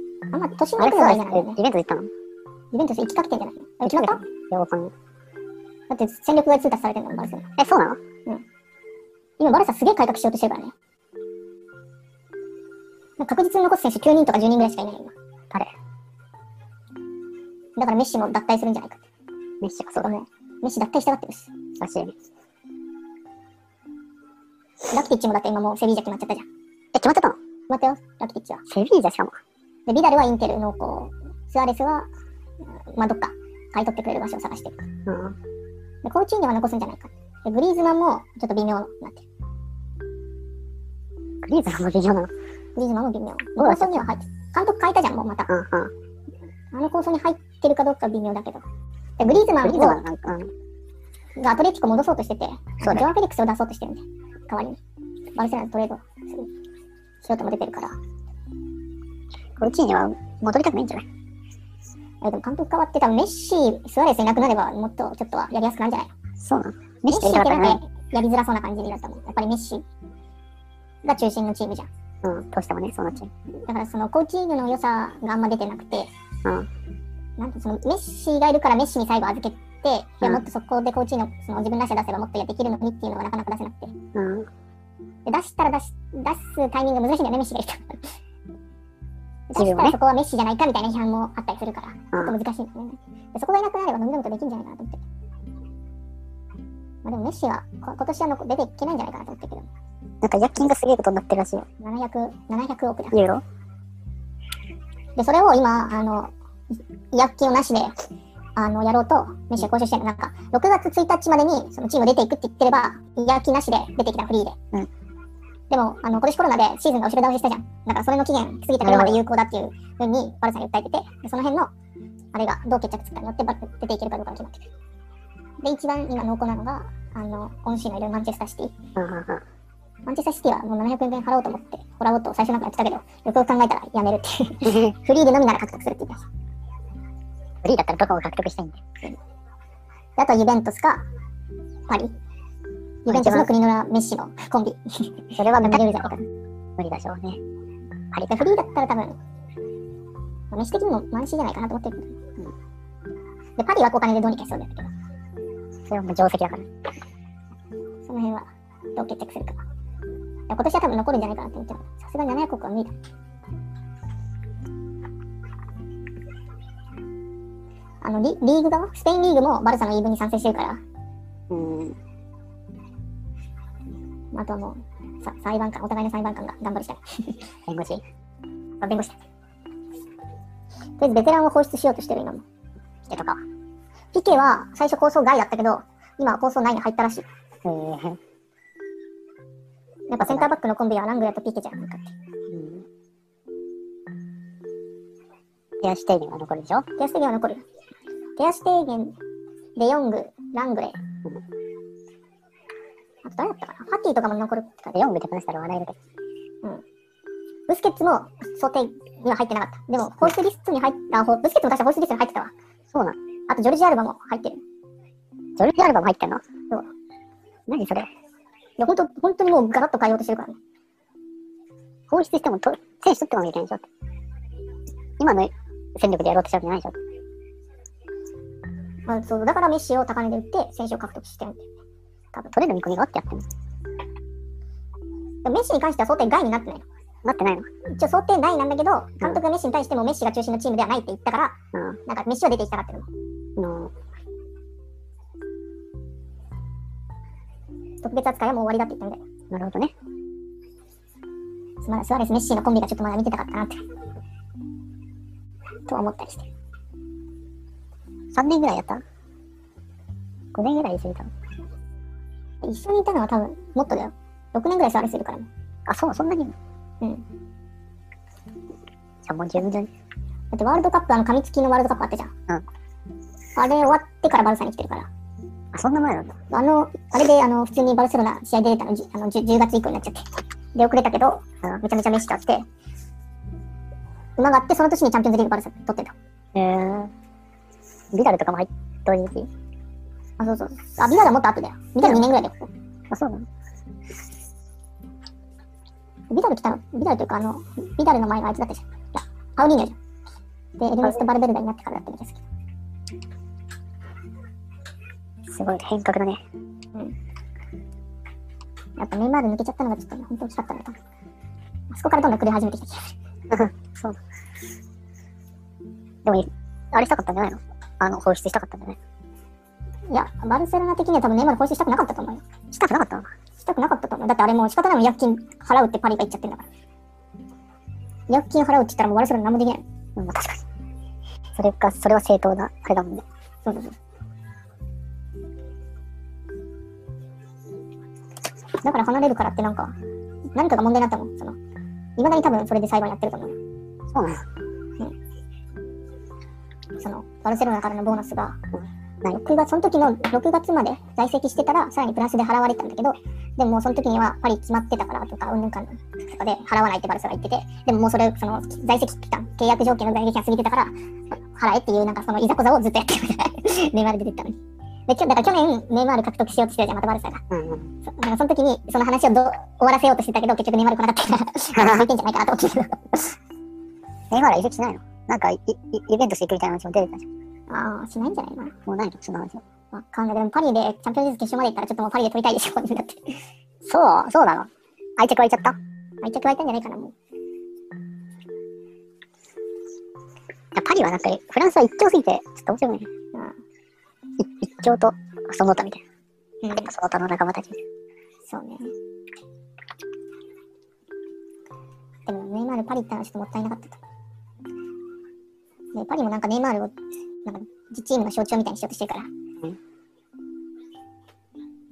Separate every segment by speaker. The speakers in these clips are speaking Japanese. Speaker 1: 年の悪くはいいなかったよね。
Speaker 2: アレックスはなんかイベント行ったの
Speaker 1: イベント行きかけてんじゃないあ行きかけた
Speaker 2: よくわかんない
Speaker 1: だって戦力外通達されてるの、バルサ。
Speaker 2: え、そうなの
Speaker 1: 今、バルサすげえ改革しようとしてるからね。なんか確実に残す選手9人とか10人ぐらいしかいない、今。
Speaker 2: 誰
Speaker 1: だからメッシも脱退するんじゃないかって。
Speaker 2: メッシがそうだね。
Speaker 1: もう、メッシ脱退したがってるし。
Speaker 2: らしいね。
Speaker 1: ラキティッチもだって今もうセビージャ決まっちゃったじゃん。
Speaker 2: え、決まっちゃったの
Speaker 1: 待ってよ、ラキティッチは。
Speaker 2: セビージャしかも。
Speaker 1: で、ビダルはインテル濃厚。スアレスは、うんまあ、どっか買い取ってくれる場所を探してるか。
Speaker 2: うん。
Speaker 1: で、コーチーニャは残すんじゃないか。で、グリーズマンもちょっと微妙になってる。
Speaker 2: グリーズマンも微妙なの。
Speaker 1: グリーズマンも微妙。
Speaker 2: うだ
Speaker 1: 構想には入って、監督変えたじゃん、もうまた。
Speaker 2: うんうん。
Speaker 1: あの構想に入ってるかどうか微妙だけど。で、グリーズマ
Speaker 2: グ
Speaker 1: ン
Speaker 2: リーズマン
Speaker 1: を
Speaker 2: なんか、うん。
Speaker 1: がアトレティコ戻そうとしてて、
Speaker 2: そうだよ
Speaker 1: ジョアン・フェリックスを出そうとしてるんで、代わりに。バルセロナのトレードするしようとも出てるから。
Speaker 2: こっちには戻りたくないんじゃない
Speaker 1: えでも監督変わって多分メッシー、スアレスいなくなればもっとちょっとはやりやすくなるんじゃない
Speaker 2: そうなのメ
Speaker 1: メ
Speaker 2: ッ
Speaker 1: ッシ
Speaker 2: シとい
Speaker 1: ー
Speaker 2: な
Speaker 1: だ
Speaker 2: かっ
Speaker 1: けな
Speaker 2: た
Speaker 1: ん
Speaker 2: ら
Speaker 1: かやりづらそうな感じになったもん。やっぱりメッシが中心のチームじゃん。
Speaker 2: うん。どうしてもね、そうなっちゃう。
Speaker 1: だからそのコーチーヌの良さがあんま出てなくて、
Speaker 2: うん
Speaker 1: なんかそのメッシがいるからメッシに最後預けて、いや
Speaker 2: うん
Speaker 1: もっとそこでコーチーヌその自分らしさ出せばもっとやっていけるのにっていうのがなかなか出せなくて。
Speaker 2: うん。
Speaker 1: で出したら出し出すタイミングが難しいんだよね、メッシがいたら。
Speaker 2: 自
Speaker 1: 出
Speaker 2: 分
Speaker 1: したらそ
Speaker 2: をね
Speaker 1: こはメッシじゃないかみたいな批判もあったりするから、ち
Speaker 2: う
Speaker 1: ょ
Speaker 2: ん。
Speaker 1: っと難しいんだよね。でそこがいなくなれば、のみのみとできるんじゃないかなと思って。まあ、でもメッシはこ今年はの出ていけないんじゃないかなと思ってるけど。
Speaker 2: なんか、薬金がすげえことになってるらしいよ。
Speaker 1: 700, 700億だ。
Speaker 2: ユーロ
Speaker 1: で、それを今、あの、薬金をなしで、あの、やろうと、メッシは交渉してるのなんか、6月1日までに、そのチーム出ていくって言ってれば、薬金なしで出てきた、フリーで。
Speaker 2: うん
Speaker 1: でも、あの、今年コロナでシーズンが後ろ倒ししたじゃん。だから、それの期限過ぎたからまで有効だっていうふうに、バルさんに訴えてて、でその辺の、あれがどう決着つくかによって、バル出ていけるかどうかが決まってくる。で、一番今濃厚なのが、あの、今週のいるマンチェスターシティ。
Speaker 2: うんうんうん。
Speaker 1: マンチェスターシティはもう700円分払おうと思って、コラボと最初なんかやってたけど、よくよく考えたらやめるっていう。フリーでのみなら獲得するって言ってました。
Speaker 2: フリーだったらどこを獲得したいんだよ。
Speaker 1: であとはユベントスか、パリ。ユベントスの国のメッシのコンビ。
Speaker 2: それは
Speaker 1: ま
Speaker 2: 無
Speaker 1: あ見
Speaker 2: 理
Speaker 1: れ
Speaker 2: で
Speaker 1: る
Speaker 2: し
Speaker 1: じ
Speaker 2: ょ
Speaker 1: ゃん。
Speaker 2: 無理でしょうね。
Speaker 1: パリでフリーだったら多分、まあメッシ的にも満身じゃないかなと思ってるけど。で、パリはお金でどうにかしそうだけど、
Speaker 2: それはもう定石だから。
Speaker 1: その辺はどう決着するか。いや今年は多分残るんじゃないかなと思ってる。さすがに700億は無理だ。あのリリーグ側スペインリーグもバルサの言い分に賛成してるから、
Speaker 2: うん。
Speaker 1: あとはもうさ裁判官、お互いの裁判官が頑張るしかない。
Speaker 2: 弁護士
Speaker 1: あ弁護士だ。とりあえずベテランを放出しようとしてる今も。
Speaker 2: えとかは。
Speaker 1: ピケは最初構想外だったけど、今は構想内に入ったらしい。
Speaker 2: えー
Speaker 1: やっぱセンターバックのコンビはラングラーとピケじゃんかって。
Speaker 2: うん。手足手入は残るでしょ
Speaker 1: 手足低減は残る。手足低減、デヨング、ラングレー。あと誰だったかなファティとかも残るって感じ
Speaker 2: で、。4部手放したら笑えるけど。
Speaker 1: ブスケッツも想定には入ってなかった。でも、ホースリストに入った、あほブスケッツも確かホースリストに入ってたわ。
Speaker 2: そうなの。
Speaker 1: あとジョルジアルバも入ってる。
Speaker 2: ジョルジアルバも入ってんの
Speaker 1: そう。
Speaker 2: 何それ
Speaker 1: いや、本当本当にもうガラッと変えようとしてるからね。
Speaker 2: 放出してもと選手取ってこなきゃいけないでしょって今の戦力でやろうとしたわけじゃないでしょ
Speaker 1: まあ、そうだからメッシを高値で売って選手を獲得してるんで。
Speaker 2: 取れる見込みがあってやってる
Speaker 1: でもメッシに関しては想定外になってない。
Speaker 2: なってないの
Speaker 1: 一応想定内なんだけど、監督がメッシに対してもメッシが中心のチームではないって言ったから、
Speaker 2: う
Speaker 1: なんかメッシは出てきたがってるの。
Speaker 2: の
Speaker 1: 特別扱いはもう終わりだって言ったん
Speaker 2: なるほどね
Speaker 1: で、まだスアレス、メッシのコンビがちょっとまだ見てたかったなって。と思ったりして。
Speaker 2: 3年ぐらいやった5年ぐらい過ぎたの
Speaker 1: 一緒にいたのは多分、もっとだよ。6年ぐらいスアレスいるからね。
Speaker 2: あそうそんなに
Speaker 1: うん
Speaker 2: じゃあもう十分じゃね
Speaker 1: だってワールドカップ、あの、紙付きのワールドカップあったじゃん。
Speaker 2: ん
Speaker 1: あれ終わってからバルサに来てるから。
Speaker 2: あそんな前なんだ
Speaker 1: あの、あれで、あの、普通にバルセロナ試合出れたのじあの 10, 10月以降になっちゃって。で、遅れたけど、
Speaker 2: うん
Speaker 1: めちゃめちゃメッシとあって、馬があって、その年にチャンピオンズリーグバルサ取ってた。
Speaker 2: へえビダルとかも入っ同時期
Speaker 1: あ、そうそう。あ、ビザがもっと後だよ。ビザが2年ぐらいだよ。
Speaker 2: あそうなの
Speaker 1: ビダル来たの、ビダルというか、あの、ビダルの前があいつだったじゃん。いや、パウリーニョじで、エルネスト・バルベルダになってからだったみたいですけ
Speaker 2: すごい変革だね。
Speaker 1: ど、やっぱネイマール抜けちゃったのがちょっとね本当大きかったんだと思う。あそこからどんどん狂い始めてきた気がする。
Speaker 2: でも、あれしたかったんじゃないのあの、放出したかったんじゃない
Speaker 1: いや、バルセロナ的には多分ネイマール放出したくなかったと思うよ。
Speaker 2: したくなかったの
Speaker 1: したくなかったと思う。だってあれもう仕方ないもん、薬金払うってパリが言っちゃってんだから。薬金払うって言ったらもうバルセロナ何もできない。
Speaker 2: うん、確かに。それか、それは正当な、あれだもんね。
Speaker 1: そうそうそう。だから離れるからってなんか、何かが問題になったもん。その、いまだに多分それで裁判やってると思うよ。
Speaker 2: そうなの
Speaker 1: その、バルセロナからのボーナスが、
Speaker 2: ない
Speaker 1: 6月、その時の6月まで在籍してたら、さらにプラスで払われてたんだけど、でももうその時にはパリ決まってたからとか、うんぬんかんぬんとかで払わないってバルセロナ言ってて、でももうそれ、その、在籍期間、契約条件の在籍期間過ぎてたから、払えっていう、なんかそのいざこざをずっとやってるみたいな。ネイマール出てったのに。で、きょだから去年、ネイマール獲得しようとしてたじゃん、またバルサが。
Speaker 2: うんうん。
Speaker 1: そだからその時にその話をどう終わらせようとしてたけど結局ネイマール来なか ったからまあいけんじゃないかなと思ってたけど
Speaker 2: ネイマールは移籍しないのなんかイ、イイベントしていくみたいな話も出てたじゃん。
Speaker 1: ああしないんじゃないかな
Speaker 2: もうないのその話は。
Speaker 1: わかんないでもパリでチャンピオンズリーグ決勝まで行ったらちょっともうパリで取りたいでしょだって
Speaker 2: そう、そうなの愛着湧いちゃったい
Speaker 1: 愛着湧いたんじゃないかなもう
Speaker 2: やパリはなんか、フランスは一強すぎて、ちょっと面白いね。
Speaker 1: うん
Speaker 2: い一強と、その他みたい
Speaker 1: うん
Speaker 2: な。やっぱその他の仲間たちみたい
Speaker 1: そうねでもネイマールパリ行ったのはちょっともったいなかったとでパリもなんかネイマールをなんか自チームの象徴みたいにしようとしてるから
Speaker 2: な。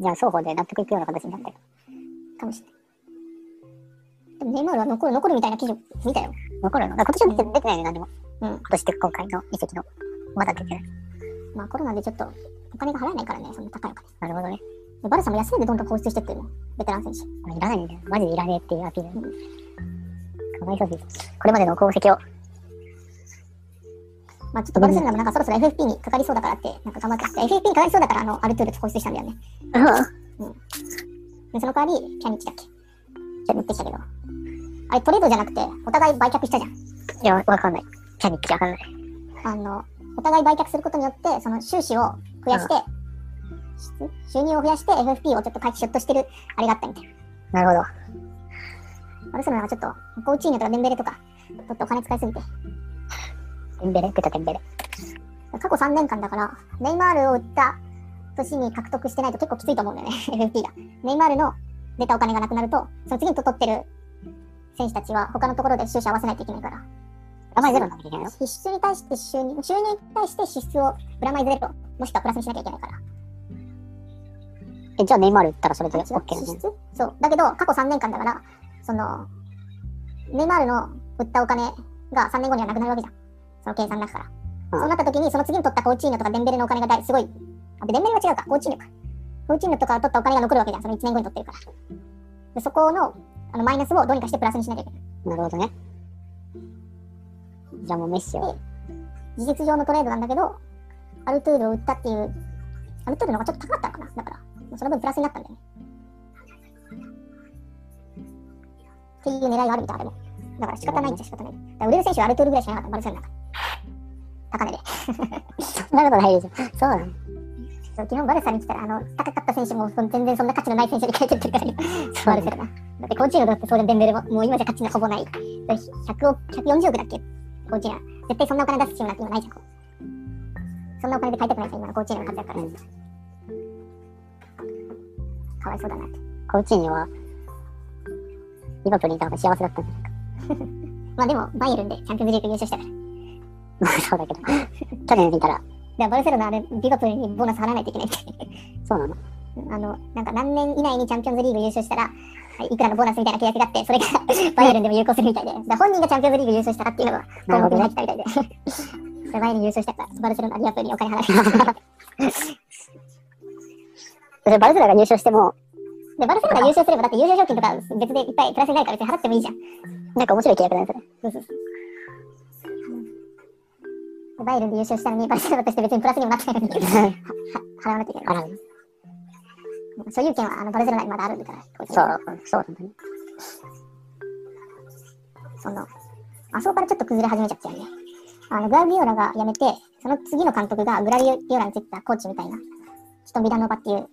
Speaker 2: じゃあ、双方で納得いくような形になったよ。
Speaker 1: かもしれないでもネイマールは残る残るみたいな記事を見たよ
Speaker 2: 残るのだから今年は出て出てないね、何も。
Speaker 1: うん
Speaker 2: 今年で今回の移籍の。まだ出てない。
Speaker 1: まあコロナでちょっとお金が払えないからね、そんな高いお金。
Speaker 2: なるほどね。
Speaker 1: でバルサも安いでどんどん放出してってるもん、ベテラン選手。
Speaker 2: あいらないんだよ。マジでいらねえっていうアピール。かわいそうです。これまでの功績を。
Speaker 1: まあちょっとバルセロナもなんかそろそろ FFP にかかりそうだからって、なんか頑張ってきて、FFP にかかりそうだからあのアルトゥール放出したんだよね。で、その代わり、キャニッチだっけちょっと言ってきたけど。あれトレードじゃなくて、お互い売却したじゃん。
Speaker 2: いや、わかんない。キャニッチわかんない。
Speaker 1: あの、お互い売却することによって、その収支を増やして、し収入を増やして FFP をちょっと回避しようとしてる、あれがあったみたいな。
Speaker 2: なるほど。
Speaker 1: バルセロナはちょっと、コウチーニョとかデンベレとか、ちょっとお金使いすぎて、
Speaker 2: デンベレペタデンベレ。
Speaker 1: 過去3年間だから、ネイマールを売った年に獲得してないと結構きついと思うんだよね、FFP が。ネイマールの出たお金がなくなると、その次に取ってる選手たちは他のところで収支合わせないといけないから、
Speaker 2: 名前ゼロになきゃいけないの
Speaker 1: 支出に対して収入、収入に対して支出をプラマイゼロ、もしくはプラスにしなきゃいけないから。
Speaker 2: え、じゃあネイマール行ったらそれで
Speaker 1: 違う
Speaker 2: OK な
Speaker 1: 支
Speaker 2: のね。
Speaker 1: 出そう。だけど、過去3年間だから、その、ネイマールの売ったお金が3年後にはなくなるわけじゃん。その計算だから。
Speaker 2: うん
Speaker 1: そうなった時に、その次に取ったコーチーノとかデンベレのお金が大すごい。あ、デンベレは違うか、コーチーノか。コーチーノとか取ったお金が残るわけじゃん。その1年後に取ってるから。でそこのあのマイナスをどうにかしてプラスにしなきゃいけない。
Speaker 2: なるほどね。じゃあもうメッシを。
Speaker 1: 事実上のトレードなんだけど、アルトゥールを売ったっていう、アルトゥールの方がちょっと高かったのかな。だから、その分プラスになったんだよね。っていう狙いがあるみたい、あれも。だから仕方ないっちゃ仕方ない。だから売れる選手はアルトゥールぐらいしかいなかった、バルセロナが。高値で。
Speaker 2: そ んなことないでしょ。そうなの。
Speaker 1: そう基本バルサに来たら、あの、高かった選手もその全然そんな価値のない選手に変えてってるからね、 バルセロナ。だって、コーチーノだってそうで、デンベレも、もう今じゃ価値のほぼない。100億、140億だっけコーチーノ。絶対そんなお金出すチームなんて今ないじゃん。こうそんなお金で買いたくないじゃん、今のコーチーノの活躍から。
Speaker 2: うん
Speaker 1: かわいそうだなって。
Speaker 2: コーチーニョは、リバプールにいた方が幸せだ ったんじゃないか。
Speaker 1: まあでも、バイエルンでチャンピオンズリーグ優勝したから。だか
Speaker 2: まあそうだけど。 去年いたら、
Speaker 1: らバルセロナ、あれ、ビバプールにボーナス払わないといけないって。
Speaker 2: そうなの。
Speaker 1: あの、なんか何年以内にチャンピオンズリーグ優勝したら、はいいくらのボーナスみたいな契約があ って、それがバイエルンでも有効するみたいで、だから本人がチャンピオンズリーグ優勝したらっていうのが、
Speaker 2: なる
Speaker 1: 項目
Speaker 2: ほど
Speaker 1: に入って
Speaker 2: ね
Speaker 1: たみたいで。 それバイエルン優勝したから、バルセロナ、リアプールにお金払いま した。
Speaker 2: それバルセロナが優勝しても、
Speaker 1: で、バルセロナが優勝すれば、だって優勝賞金とか別でいっぱいプラスになるから別に払ってもいいじゃん。
Speaker 2: なんか面白い契約だね、それ。
Speaker 1: そうそうそう。でバイエルンで優勝したのに、バルセロナとして別にプラスにもなってないのに、 はは払わなきゃいけない。
Speaker 2: あら、
Speaker 1: 所有権はあのバルセロナにまだあるんだから、こち
Speaker 2: そ
Speaker 1: ら
Speaker 2: う、そうなんだね。
Speaker 1: その、あそこからちょっと崩れ始めちゃったよね。あのグアルディオラが辞めて、その次の監督がグラディオラについてたコーチみたいな、人ビダノバっていう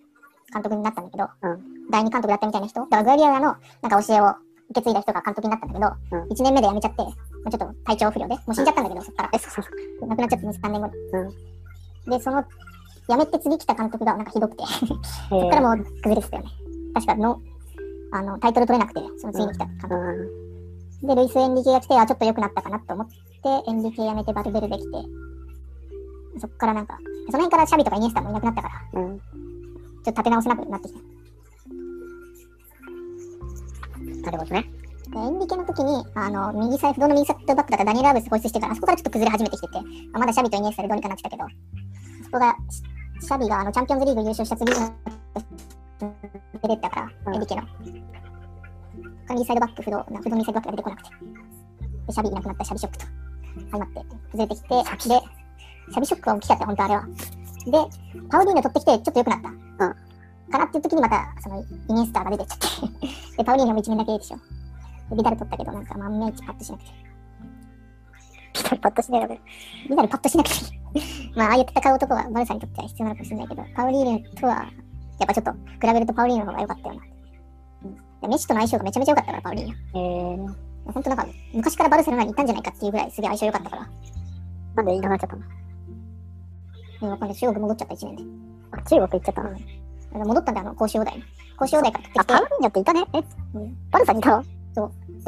Speaker 1: 監督になったんだけど、
Speaker 2: う
Speaker 1: 第二監督だったみたいな人、だからグラディオラのなんか教えを受け継いだ人が監督になったんだけど、
Speaker 2: うん
Speaker 1: 1年目で辞めちゃって、もうちょっと体調不良で、もう死んじゃったんだけど、そっ から
Speaker 2: え、。そうそうそう。
Speaker 1: 亡くなっちゃって2、3年後に。で、その、辞めて次来た監督がなんかひどくて、そ
Speaker 2: えー
Speaker 1: っからもう崩れてたよね。確かの、あの、タイトル取れなくて、その次に来た監督。
Speaker 2: うん
Speaker 1: で、ルイス・エンリケが来て、あ、ちょっと良くなったかなと思って、エンリケ辞めてバルベルで来て、そっからなんか、その辺からシャビとかイニエスタもいなくなったから、ち
Speaker 2: うん。
Speaker 1: ょっと立て直せなくなってきた。で、
Speaker 2: なるほどね。
Speaker 1: エンリケの時に、あの、右サイド、不動の右サイドバックだったダニエル・アーブス固執してから、あそこからちょっと崩れ始めてきてて、あまだシャビとイニエスタでどうにかなってたけど、そこが、シシャビがあのチャンピオンズリーグ優勝した次の出てったから、
Speaker 2: うん
Speaker 1: エンリケの。右サイドバック、不動、不動右サイドバックが出てこなくて。で、シャビいなくなったシャビショックと相まって崩れてきて、で、シャビショックが大きかった、本当あれは。で、パウリーノ取ってきて、ちょっと良くなった。かなっていう時にまた、その、イニエスタが出てっちゃって。 で、パウリーノも一面だけいいでしょ。で、ビダル取ったけど、なんか、まんまいちパッとしなくて。
Speaker 2: ピタリパッとしないので。
Speaker 1: ビダルパッとしなくて。まあ、ああいう戦う男はバルサにとっては必要なのかもしれないけど、パウリーノとは、やっぱちょっと、比べるとパウリーノの方が良かったよな。うん、メッシとの相性がめちゃめちゃ良かったから、パウリーノ。
Speaker 2: えー、
Speaker 1: 本当なんか、昔からバルセロナにいたんじゃないかっていうぐらいすげえ相性良かったから。
Speaker 2: なんでいなくなっちゃったの
Speaker 1: でも、今度中国戻っちゃった1年で。
Speaker 2: あ中国行っちゃった
Speaker 1: う
Speaker 2: の
Speaker 1: んだから戻ったんだよ、あの、甲州大台。甲州大から取って
Speaker 2: あ、
Speaker 1: きて
Speaker 2: パウリーニョっていたね。え、バルサにいたの
Speaker 1: だ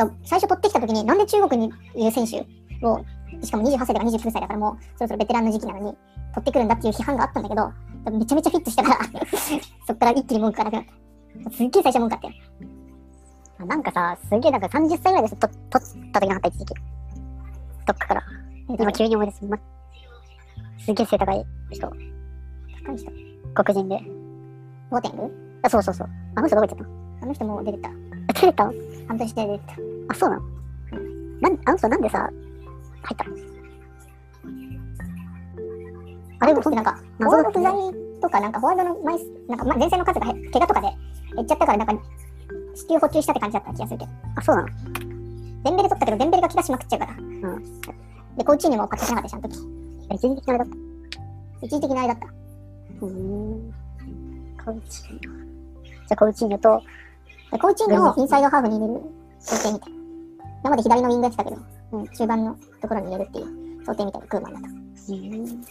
Speaker 1: から最初取ってきた時になんで中国にいる選手をしかも28歳だから29歳だからもうそろそろベテランの時期なのに取ってくるんだっていう批判があったんだけど多分めちゃめちゃフィットしたから そっから一気に文句がなくなったすっげえ最初文句あったよ
Speaker 2: なんかさ、すげえなんか30歳ぐらいでと取った時なかった、一時期。どっかから。今急に思い出す。ま、すげえ背高い人。
Speaker 1: 高い人
Speaker 2: 黒人で。
Speaker 1: ボーテング
Speaker 2: あ、そうそうそう。あの人どこ行っちゃっ
Speaker 1: あの人もう出てった
Speaker 2: たの出てたの
Speaker 1: 半年で出てった
Speaker 2: あ、そうなのなんあの人なんでさ、入ったの
Speaker 1: あれもなんかフォ
Speaker 2: 謎
Speaker 1: ワー
Speaker 2: だ
Speaker 1: ド不在と
Speaker 2: ったね
Speaker 1: かなんかフォワードの枚数なんかま前線の数が減怪我とかで減っちゃったからなんか支給補給したって感じだった気がするけど
Speaker 2: あ、そうなの
Speaker 1: デンベレ取ったけどデンベレが怪我しまくっちゃうから、
Speaker 2: ん
Speaker 1: でコーチにも勝てなかったしあの時
Speaker 2: 一時的なあれだった。
Speaker 1: 一時的なあれだった
Speaker 2: うーん。コウチーニョ。じゃあ、コウチーニョと、
Speaker 1: でコーチングをインサイドハーフに入れる想定みたい。今まで左のウィングやってたけど、
Speaker 2: うん
Speaker 1: 中盤のところに入れるっていう想定みたいな、クーマンだと。
Speaker 2: うーん。
Speaker 1: で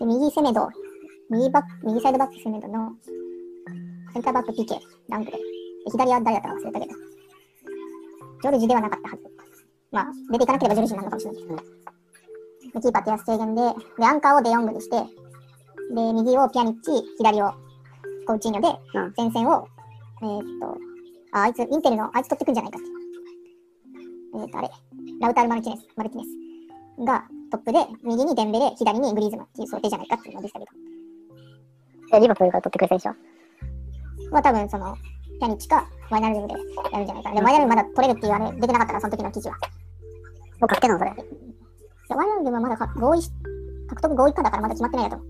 Speaker 1: 右セメド、右バック、右サイドバックセメドの、センターバック PK、ランクで。で左は誰だったか忘れたけど、ジョルジュではなかったはず。まあ、出ていかなければジョルジュになるのかもしれないけど。でキーパー手足軽減で、で、アンカーをデヨングにして、で、右をピアニッチ、左をコーチーニョで
Speaker 2: うん、
Speaker 1: 前線を、えーっと、あ、あいつ、インテルの、あいつ取ってくんじゃないかって。えーっと、あれ、ラウタール・マルティネス、マルティネスがトップで、右にデンベレ、左にグリーズマンっていう想定じゃないかっていうのでしたけど、
Speaker 2: じゃあ、リバプールから取ってくれたでしょ
Speaker 1: まあ多分その、ピアニッチかワイナルドムでやるんじゃないかな。で、ワイナルドムまだ取れるっていうあれ出てなかったから、その時の記事は。
Speaker 2: もう確定なのそれ。
Speaker 1: でワイナルドムはまだか合意し、獲得合意かだからまだ決まってないやと思う。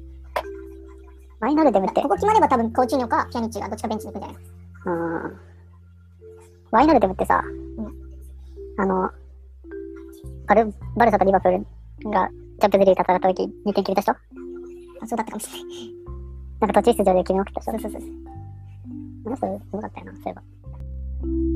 Speaker 2: マイナルデムって
Speaker 1: こ。こ決まれば多分コーチーニョかピアニッチがどっちかベンチに行くんじゃないか
Speaker 2: うん。ワイナルデムってさ、
Speaker 1: うん
Speaker 2: あの、バル、バルサとリバプールがチャンピオンズリーグ戦った時2点決めたでしょ
Speaker 1: あそうだったかもしれない。
Speaker 2: なんか途中出場で決めまくったでしょそうそうそう。あの人、すごかったよな、そういえば。